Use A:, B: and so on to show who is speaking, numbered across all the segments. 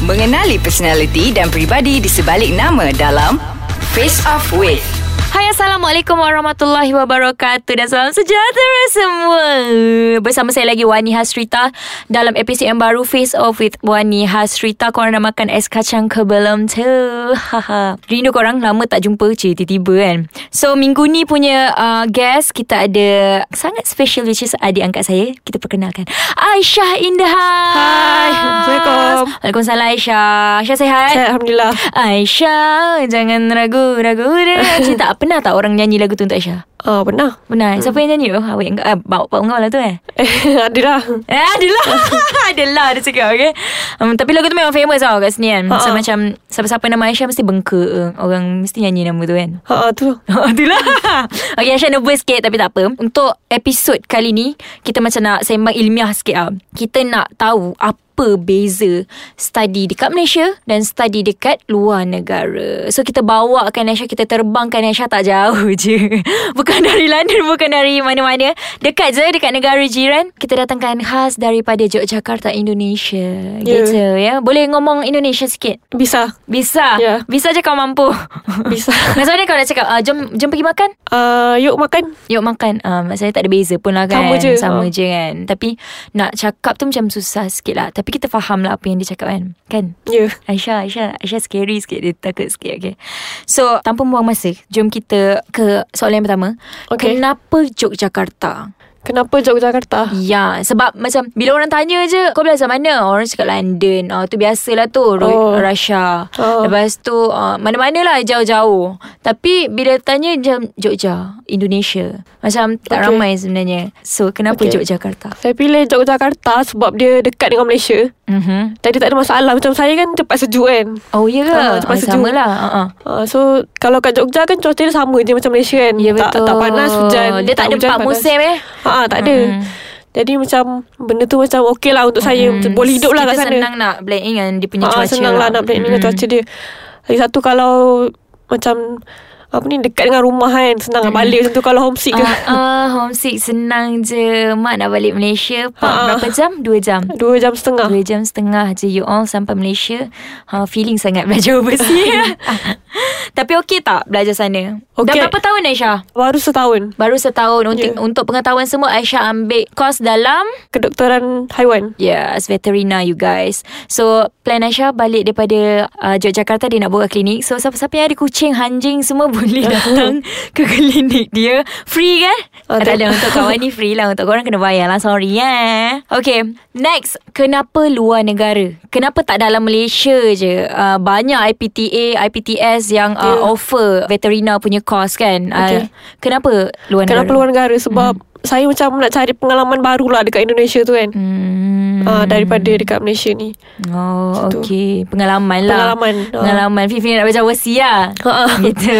A: Mengenali personaliti dan pribadi di sebalik nama dalam Face Off With.
B: Hai Assalamualaikum warahmatullahi wabarakatuh Dan salam sejahtera semua Bersama saya lagi Wani Hasrita Dalam episod yang baru Face Off with Wani Hasrita Korang dah makan es kacang ke belum tu Haha. Rindu korang lama tak jumpa je Tiba-tiba kan So minggu ni punya uh, guest Kita ada sangat special Which is adik angkat saya Kita perkenalkan Aisyah Indah
C: Hai, Assalamualaikum.
B: Waalaikumsalam Aisyah Aisyah sihat?
C: Saya Eh, Alhamdulillah
B: Aisyah Jangan ragu-ragu Aisyah tak pernah tak orang nyanyi lagu tu untuk Aisyah?
C: Oh pernah
B: Pernah hmm. Siapa yang nyanyi tu? Awak yang uh, Bawa Pak Ungau lah tu eh
C: Eh adalah
B: Eh adalah Adalah dia cakap okay um, Tapi lagu tu memang famous tau kat sini kan uh-uh. So
C: Ha-ha.
B: macam Siapa-siapa nama Aisyah mesti bengkak eh. Orang mesti nyanyi nama tu kan
C: Ha ah, tu
B: Itulah Okay Aisyah nervous sikit Tapi tak apa Untuk episod kali ni Kita macam nak sembang ilmiah sikit lah Kita nak tahu Apa beza Study dekat Malaysia Dan study dekat luar negara So kita bawakan Aisyah Kita terbangkan Aisyah tak jauh je Bukan dari London Bukan dari mana-mana Dekat je Dekat negara jiran Kita datangkan khas Daripada Yogyakarta Indonesia
C: Ya.
B: Gitu ya Boleh ngomong Indonesia sikit
C: Bisa
B: Bisa
C: Ya.
B: yeah. Bisa je kau mampu
C: Bisa.
B: Maksud dia kau nak cakap uh, jom, jom pergi makan
C: uh, Yuk makan
B: Yuk makan uh, Maksudnya tak ada beza pun lah kan
C: Sama je.
B: Sama
C: Ha.
B: je kan Tapi Nak cakap tu macam susah sikit lah Tapi kita faham lah Apa yang dia cakap kan Kan
C: Ya yeah.
B: Aisyah Aisyah Aisyah scary sikit Dia takut sikit okay. So Tanpa buang masa Jom kita Ke soalan yang pertama
C: Okay.
B: Kenapa Yogyakarta
C: Kenapa Yogyakarta
B: Ya Sebab macam Bila orang tanya je Kau belajar mana Orang cakap London oh, Tu biasalah tu oh.
C: Oh.
B: Russia oh.
C: Oh.
B: Lepas tu uh, Mana-mana lah Jauh-jauh Tapi bila tanya Macam Jogja Indonesia Macam tak okay.
C: Okay.
B: ramai sebenarnya So kenapa okay.
C: Okay.
B: Yogyakarta
C: Saya pilih Yogyakarta Sebab dia dekat dengan Malaysia
B: mm-hmm.
C: Jadi tak ada masalah Macam saya kan tempat sejuk kan
B: Oh iya ke
C: Ah,
B: uh,
C: tempat sejuk.
B: Sama lah uh-uh.
C: uh, So kalau kat Jogja kan Cuaca dia sama je Macam Malaysia kan
B: Ya betul
C: tak, tak panas hujan
B: Dia tak, ada
C: hujan,
B: empat
C: panas.
B: musim Mm-hmm. eh
C: Ha, tak ada
B: Mm-mm.
C: Jadi macam Benda tu macam okey lah Untuk saya
B: Mm,
C: Macam Boleh hidup lah kat
B: Kita
C: sana
B: senang nak blend in Dengan dia punya
C: Ah,
B: cuaca Hmm.
C: senang lah nak planning dengan
B: Mm-mm.
C: cuaca dia. Lagi satu kalau macam apa ni dekat dengan rumah kan senang nak balik macam tu kalau homesick ke.
B: Hmm. Ah, ah, homesick senang je Mak nak balik Malaysia Pak
C: Ah, ah.
B: berapa jam? Dua jam
C: Dua jam setengah.
B: Dua jam setengah je You all sampai Malaysia ha, Feeling sangat belajar overseas Tapi okey tak belajar sana? Dah
C: Okey.
B: berapa tahun Aisyah?
C: Baru setahun
B: Baru setahun untuk,
C: Ya.
B: untuk pengetahuan semua Aisyah ambil kos dalam
C: kedokteran haiwan.
B: Yes, veterina you guys So plan Aisyah balik daripada uh, Yogyakarta Dia nak buka klinik So siapa-siapa yang ada kucing, anjing semua boleh datang ke klinik dia Free kan? Oh,
C: Oh,
B: tak
C: tak.
B: ada untuk kawan ni free lah Untuk korang kena bayar lah Sorry ya yeah. Okay Next Kenapa luar negara? Kenapa tak dalam Malaysia je? Uh, banyak IPTA, IPTS yang uh,
C: Yeah.
B: offer Veterina punya course kan
C: Okay.
B: uh, Kenapa luar negara? Hmm.
C: Kenapa luar negara sebab saya macam nak cari pengalaman baru lah dekat Indonesia tu kan.
B: Hmm.
C: Ah, daripada dekat Malaysia ni.
B: Oh,
C: Situ.
B: okey. Pengalaman lah.
C: Pengalaman, ha.
B: Pengalaman. Fifi nak baca wasi lah. gitu.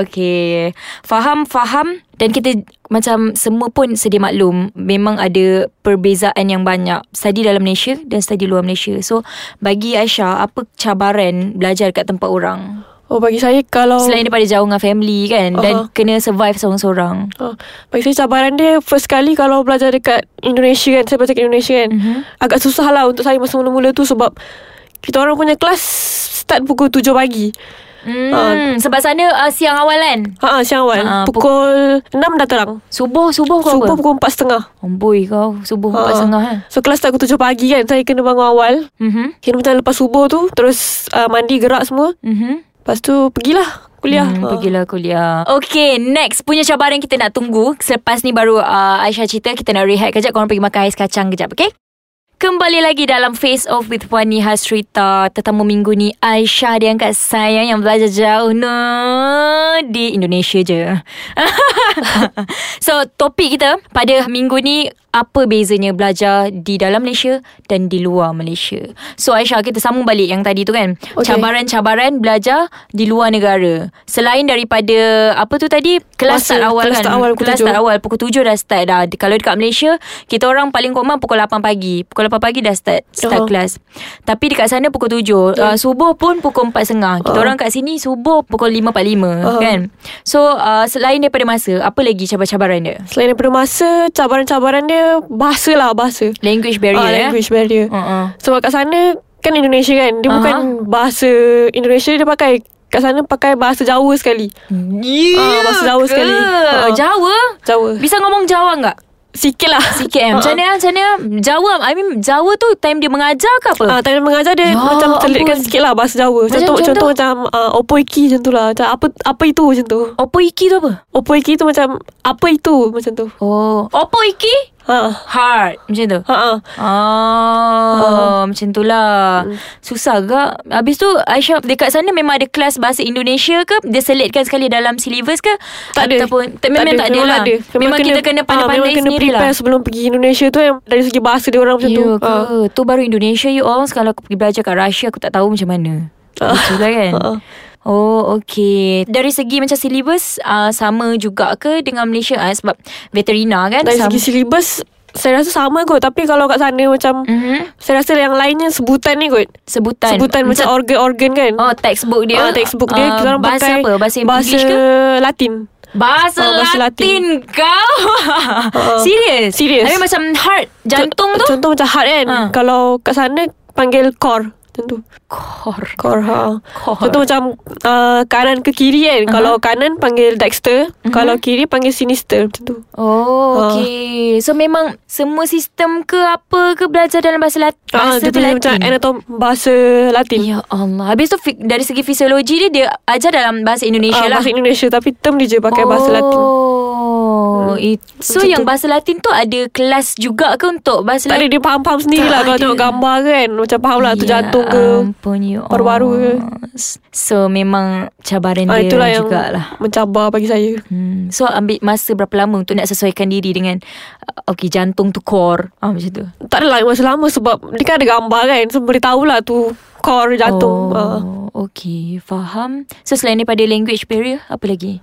B: Okey. Faham, faham. Dan kita macam semua pun sedia maklum. Memang ada perbezaan yang banyak. Study dalam Malaysia dan study luar Malaysia. So, bagi Aisyah, apa cabaran belajar kat tempat orang?
C: Oh bagi saya kalau
B: Oh. Selain daripada jauh dengan family kan. Dan
C: Aha.
B: kena survive seorang-seorang.
C: Ah, bagi saya cabaran dia first kali kalau belajar dekat Indonesia kan, saya belajar kat Indonesia kan.
B: Mhm.
C: Agak susah lah untuk saya masa mula-mula tu sebab kita orang punya kelas start pukul 7 pagi.
B: Hmm,
C: Ah.
B: sebab sana uh, siang awal kan?
C: Ha, siang awal.
B: Ha,
C: Ha,
B: puk-
C: pukul 6 dah terang.
B: Subuh, subuh kau apa?
C: Subuh pukul 4.30.
B: Omboi kau, subuh empat
C: Ah.
B: setengah eh.
C: So kelas tak pukul 7 pagi kan. Saya kena bangun awal.
B: Mhm.
C: Kira macam lepas subuh tu terus uh, mandi gerak semua.
B: Mhm.
C: Lepas tu pergilah kuliah.
B: Hmm,
C: Ha.
B: pergilah kuliah Okay next Punya cabaran kita nak tunggu Selepas ni baru uh, Aisyah cerita Kita nak rehat kejap Korang pergi makan ais kacang kejap Okay Kembali lagi dalam Face Off with Wani Hasrita Tetamu minggu ni Aisyah dia angkat saya yang belajar jauh no, Di Indonesia je So topik kita pada minggu ni Apa bezanya belajar di dalam Malaysia dan di luar Malaysia So Aisyah kita sambung balik yang tadi tu kan okay.
C: Okey.
B: Cabaran-cabaran belajar di luar negara Selain daripada apa tu tadi Kelas
C: Masa
B: start awal
C: kelas
B: kan
C: start awal pukul
B: Kelas
C: tujuh.
B: start awal pukul 7 dah start dah Kalau dekat Malaysia Kita orang paling komat pukul 8 pagi Pukul 8 pagi dah start Start
C: Oh.
B: kelas Tapi dekat sana pukul 7 uh, Subuh pun pukul 4.30
C: Oh.
B: Kita orang kat sini subuh pukul 5.45 kan So uh, selain daripada masa Apa lagi cabaran-cabaran dia?
C: Selain daripada masa, cabaran-cabaran dia bahasa lah bahasa.
B: Language barrier
C: Ah,
B: eh?
C: language barrier.
B: Uh-uh.
C: Sebab kat sana Kan Indonesia kan Dia
B: Aha.
C: uh-huh. bukan bahasa Indonesia Dia pakai Kat sana pakai bahasa Jawa sekali
B: Yeah,
C: Ah, bahasa Jawa sekali. Ah.
B: Uh-uh. Jawa?
C: Jawa.
B: Bisa ngomong Jawa enggak?
C: Sikit lah
B: Sikit eh. Macam mana? Macam mana? Jawa, I mean Jawa tu time dia mengajar ke apa?
C: Ah, uh, time mengajar dia
B: Ya
C: ya, macam selitkan
B: ampun.
C: sikit lah bahasa Jawa.
B: Macam
C: Contoh,
B: contoh?
C: contoh, contoh macam uh, opo iki macam tu lah. Macam apa apa itu macam tu.
B: Opo iki tu apa?
C: Opo iki tu macam apa itu macam tu.
B: Oh, opo iki?
C: Ha.
B: Hard Macam tu
C: Ha. ha.
B: Ah, macam tu lah
C: Hmm.
B: Susah gak Habis tu Aisyah dekat sana memang ada kelas bahasa Indonesia ke Dia selitkan sekali dalam syllabus ke
C: Tak ada.
B: Ataupun tak, Memang tak ada,
C: Memang
B: lah
C: tak ada.
B: Memang, kita kena
C: ah,
B: pandai-pandai
C: Memang kena
B: sendiri
C: prepare
B: lah
C: sebelum pergi Indonesia tu yang dari segi bahasa dia orang macam
B: Ya
C: tu.
B: ke
C: Ah.
B: Tu baru Indonesia you all Sekarang aku pergi belajar kat Russia Aku tak tahu macam mana Betul lah kan
C: Ah.
B: Oh okay Dari segi macam syllabus uh, Sama juga ke Dengan Malaysia uh, Sebab veterina kan
C: Dari
B: sama.
C: segi syllabus saya rasa sama kot tapi kalau kat sana macam
B: Mhm.
C: saya rasa yang lainnya sebutan ni kot.
B: Sebutan
C: Sebutan macam organ-organ
B: Kan.
C: kan.
B: Oh textbook dia
C: Ah, textbook dia
B: Ah,
C: kita orang
B: Bahasa
C: pakai
B: apa Bahasa English
C: bahasa
B: ke
C: Latin.
B: Bahasa,
C: Ah, bahasa
B: Latin, kau
C: Ah.
B: Serius
C: Serius.
B: Habis macam heart Jantung
C: Contoh-
B: tu
C: Contoh macam heart kan
B: Ha.
C: ha. Kalau kat sana Panggil core Macam tu
B: Kor
C: Core ha.
B: Core.
C: Contoh macam uh, Kanan ke kiri kan uh-huh. Kalau kanan panggil
B: Mhm.
C: Dexter uh-huh. Kalau kiri panggil Sinister Macam tu
B: Oh
C: Ah.
B: okay So memang Semua sistem ke apa ke Belajar dalam bahasa, lat-
C: Ah,
B: bahasa
C: Dia
B: tu
C: punya
B: Latin
C: macam anatom Bahasa Latin
B: Ya Allah Habis tu fi- dari segi fisiologi dia Dia ajar dalam bahasa Indonesia
C: Ah,
B: lah
C: Bahasa Indonesia Tapi term dia je pakai bahasa Latin Hmm.
B: Oh it, So
C: Macam
B: yang
C: tu.
B: bahasa Latin tu Ada kelas juga ke Untuk bahasa
C: Tak
B: Latin
C: ada dia faham-faham sendiri
B: Tak
C: lah Kalau
B: ada.
C: tengok gambar kan Macam faham lah Tu
B: Ya
C: jantung ke
B: ampun, ya Allah.
C: paru-paru ke.
B: So memang cabaran
C: Ah,
B: dia
C: itulah
B: ya,
C: yang
B: jugalah
C: mencabar bagi saya
B: Hmm. So ambil masa berapa lama Untuk nak sesuaikan diri dengan uh, Okay jantung tu core ah, Macam tu
C: Tak adalah masa lama Sebab dia kan ada gambar kan So boleh tahulah tu Core jantung
B: oh,
C: Ah.
B: Okay Faham So selain daripada language barrier Apa lagi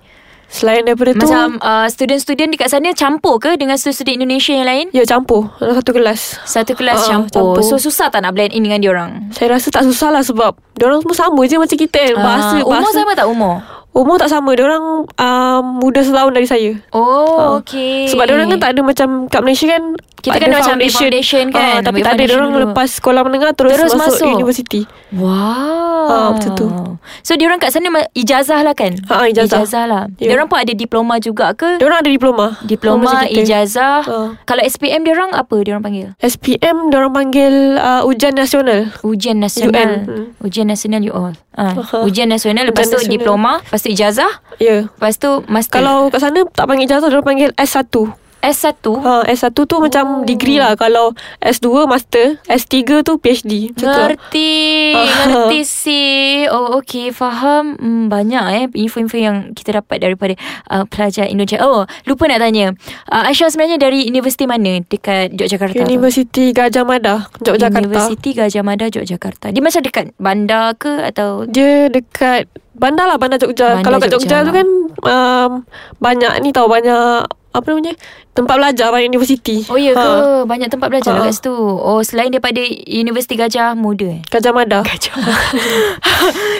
C: Selain daripada tu
B: Macam uh, student-student dekat sana Campur ke Dengan student-student Indonesia yang lain
C: Ya campur Dalam satu kelas
B: Satu kelas
C: Ah,
B: campur.
C: campur.
B: So susah tak nak blend in dengan diorang
C: Saya rasa tak susah lah sebab Diorang semua sama je macam kita kan Bahasa,
B: Ah, Umur
C: bahasa
B: sama tak umur?
C: Umur tak sama Diorang um, muda setahun dari saya
B: Oh,
C: Ah.
B: okay.
C: Sebab diorang kan tak ada macam Kat Malaysia kan
B: Kita
C: ada
B: kan macam ambil foundation kan,
C: Ah, Tapi
B: ambil
C: tak ada
B: foundation
C: diorang
B: dulu.
C: lepas sekolah menengah Terus,
B: Terus
C: masuk,
B: masuk.
C: universiti
B: Wow.
C: Ah, macam tu.
B: So diorang kat sana ma- ijazah lah kan?
C: Ah, ijazah.
B: Ijazah lah.
C: Ya.
B: Diorang pun ada diploma juga ke?
C: Diorang ada diploma
B: Diploma,
C: Macam kita.
B: ijazah.
C: Ah.
B: Kalau SPM diorang apa diorang panggil?
C: SPM diorang panggil uh, Ujian Nasional
B: Ujian nasional.
C: UN. Hmm.
B: Ujian nasional you all. Ah.
C: Aha.
B: Ujian nasional lepas
C: Ujian
B: tu
C: nasional.
B: diploma, lepas tu ijazah,
C: Ya yeah.
B: lepas tu master.
C: Kalau kat sana tak panggil ijazah Diorang panggil S1
B: S1
C: Ha, S1 tu oh. macam degree lah Kalau S2 master S3 tu PhD Macam tu lah.
B: Ngerti Ngerti sih Oh okay Faham hmm, Banyak eh Info-info yang kita dapat Daripada uh, pelajar Indonesia Oh lupa nak tanya uh, Aisyah sebenarnya dari Universiti mana Dekat Yogyakarta tu?
C: Universiti Gajah Mada Yogyakarta
B: Universiti Gajah Mada Yogyakarta Dia macam dekat bandar ke Atau
C: Dia dekat bandar lah Bandar Jogja
B: Bandar Jogja.
C: bandar Kalau kat
B: lah.
C: Jogja, tu kan um, Banyak ni tau Banyak Apa namanya Tempat belajar Banyak universiti
B: Oh ya ke
C: Ha,
B: Banyak tempat belajar lah
C: Ha.
B: kat situ Oh selain daripada Universiti Gajah Muda eh
C: Gajah Mada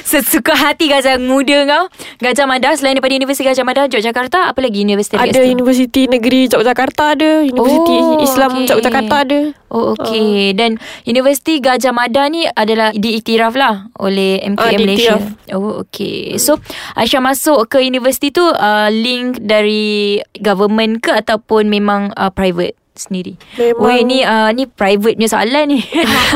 B: Sesuka hati Gajah Muda kau Gajah Mada Selain daripada Universiti Gajah Mada Yogyakarta Apa lagi universiti dekat
C: Ada
B: situ?
C: Universiti Negeri Yogyakarta ada Universiti
B: Oh,
C: Islam
B: okey.
C: Yogyakarta ada
B: Oh okey uh. dan Universiti Gajah Mada ni adalah diiktiraf lah oleh MKM
C: Ah,
B: Malaysia.
C: diiktiraf.
B: Oh okey. So Aisyah masuk ke universiti tu uh, link dari government ke ataupun memang uh, private sendiri.
C: Memang-
B: Weh ni uh, ni private punya soalan ni.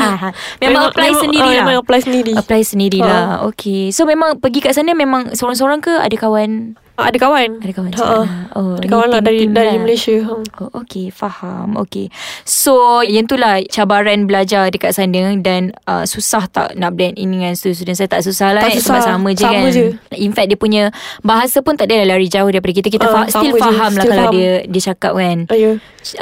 B: memang, apply
C: memang,
B: sendiri
C: ah,
B: lah.
C: Memang apply sendiri Ah.
B: Apply sendiri lah. Okey. So memang pergi kat sana memang seorang-seorang ke ada kawan?
C: Ah, Ada kawan
B: Ada kawan
C: Ha,
B: cakap
C: ah.
B: lah. Oh,
C: Ada
B: ni
C: kawan lah dari,
B: tim-tim
C: dari
B: lah.
C: Malaysia ha.
B: Oh, okay, faham. Okay. So, yang tu lah cabaran belajar dekat sana dan uh, susah tak nak blend in dengan student-student saya? Tak susah lah eh,
C: Tak
B: sebab
C: susah.
B: sama je
C: Sama
B: kan.
C: je.
B: In fact, dia punya bahasa pun tak ada lah lari jauh daripada kita. Kita uh,
C: Ah,
B: fa- still
C: sama je.
B: faham lah
C: Still
B: kalau
C: faham. Eh.
B: dia dia cakap kan.
C: Ayo.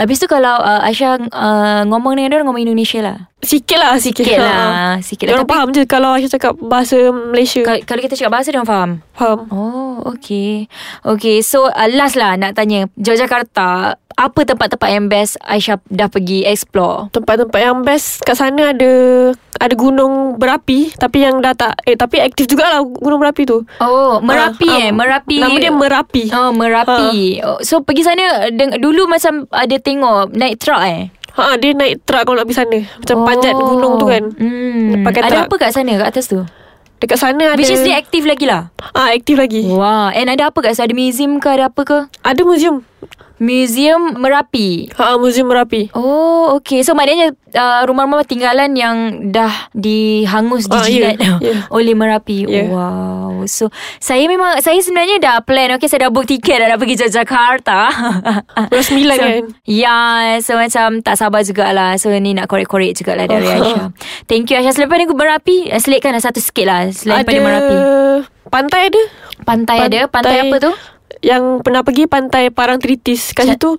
B: Habis tu kalau uh, Aisyah uh, ngomong dengan dia orang, ngomong Indonesia lah.
C: Sikit lah Sikit,
B: Sikit
C: ha.
B: lah. Sikit lah.
C: Diorang
B: Tapi
C: faham je Kalau Aisyah cakap Bahasa Malaysia
B: kalau- kalau kita cakap bahasa, dia orang faham.
C: Faham
B: Oh, okay. Okay, so uh, last lah nak tanya. Yogyakarta, apa tempat-tempat yang best Aisyah dah pergi explore?
C: Tempat-tempat yang best Kat sana ada Ada gunung berapi Tapi yang dah tak Eh tapi aktif jugalah Gunung berapi tu
B: Oh, Merapi
C: Ah,
B: eh,
C: ah,
B: Merapi.
C: Nama dia Merapi Ha.
B: Oh, Merapi. Oh, so pergi sana deng- dulu macam ada tengok naik truck eh.
C: Ha, dia naik truck kalau nak pergi sana. Macam oh. panjat gunung tu kan.
B: Hmm.
C: Pakai
B: Ada
C: truck.
B: apa kat sana kat atas tu?
C: Dekat sana ada
B: Which is dia aktif lagi lah.
C: Ah, aktif lagi.
B: Wah, and ada apa kat sana? Ada museum ke ada apa ke?
C: Ada museum.
B: Museum Merapi.
C: Ha, museum Merapi.
B: Oh, okay. So maknanya uh, rumah-rumah tinggalan yang dah dihangus,
C: Ah,
B: dijilat
C: ya, ya.
B: oleh Merapi.
C: Ya.
B: Wow. So, saya memang, saya sebenarnya dah plan. Okay, saya dah book tiket dah nak pergi ke Jakarta.
C: Bulan sembilan
B: so,
C: kan?
B: Ya, so macam tak sabar jugalah. So, ni nak korek-korek jugalah dari
C: Oh.
B: Aisyah. Thank you Aisyah. Selepas ni Merapi, eh, selitkan lah satu sikit lah. Selain pada Merapi.
C: Pantai ada.
B: Pantai, ada. Pantai apa tu?
C: Yang pernah pergi pantai Parang Tritis. Kat
B: Ca-
C: situ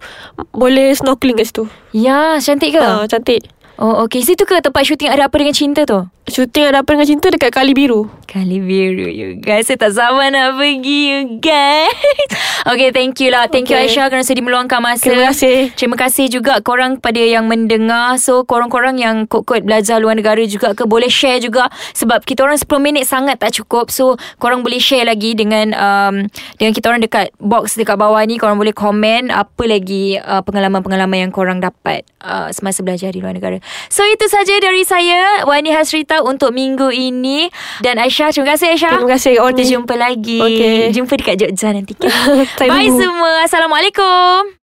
C: boleh snorkeling kat situ.
B: Ya, cantik ke?
C: Ha, cantik.
B: Oh, okay. Situ ke tempat syuting ada apa dengan cinta tu?
C: Shooting ada apa dengan cinta dekat Kali Biru.
B: Kali biru you guys Saya tak sabar nak pergi you guys Okay thank you lah Thank okay. you
C: Okay.
B: Aisyah Kerana sudah meluangkan masa
C: Terima kasih.
B: Terima kasih juga korang kepada yang mendengar So korang-korang yang kot-kot belajar luar negara juga ke Boleh share juga Sebab kita orang 10 minit sangat tak cukup So korang boleh share lagi dengan um, Dengan kita orang dekat box dekat bawah ni Korang boleh komen Apa lagi uh, pengalaman-pengalaman yang korang dapat uh, Semasa belajar di luar negara So itu saja dari saya Wani Hasrita untuk minggu ini Dan Aisyah Terima kasih Aisyah
C: Terima kasih, Oni.
B: Kita jumpa lagi
C: Okey.
B: Jumpa dekat Jogja nanti kan
C: Saya
B: Bye
C: tunggu.
B: semua Assalamualaikum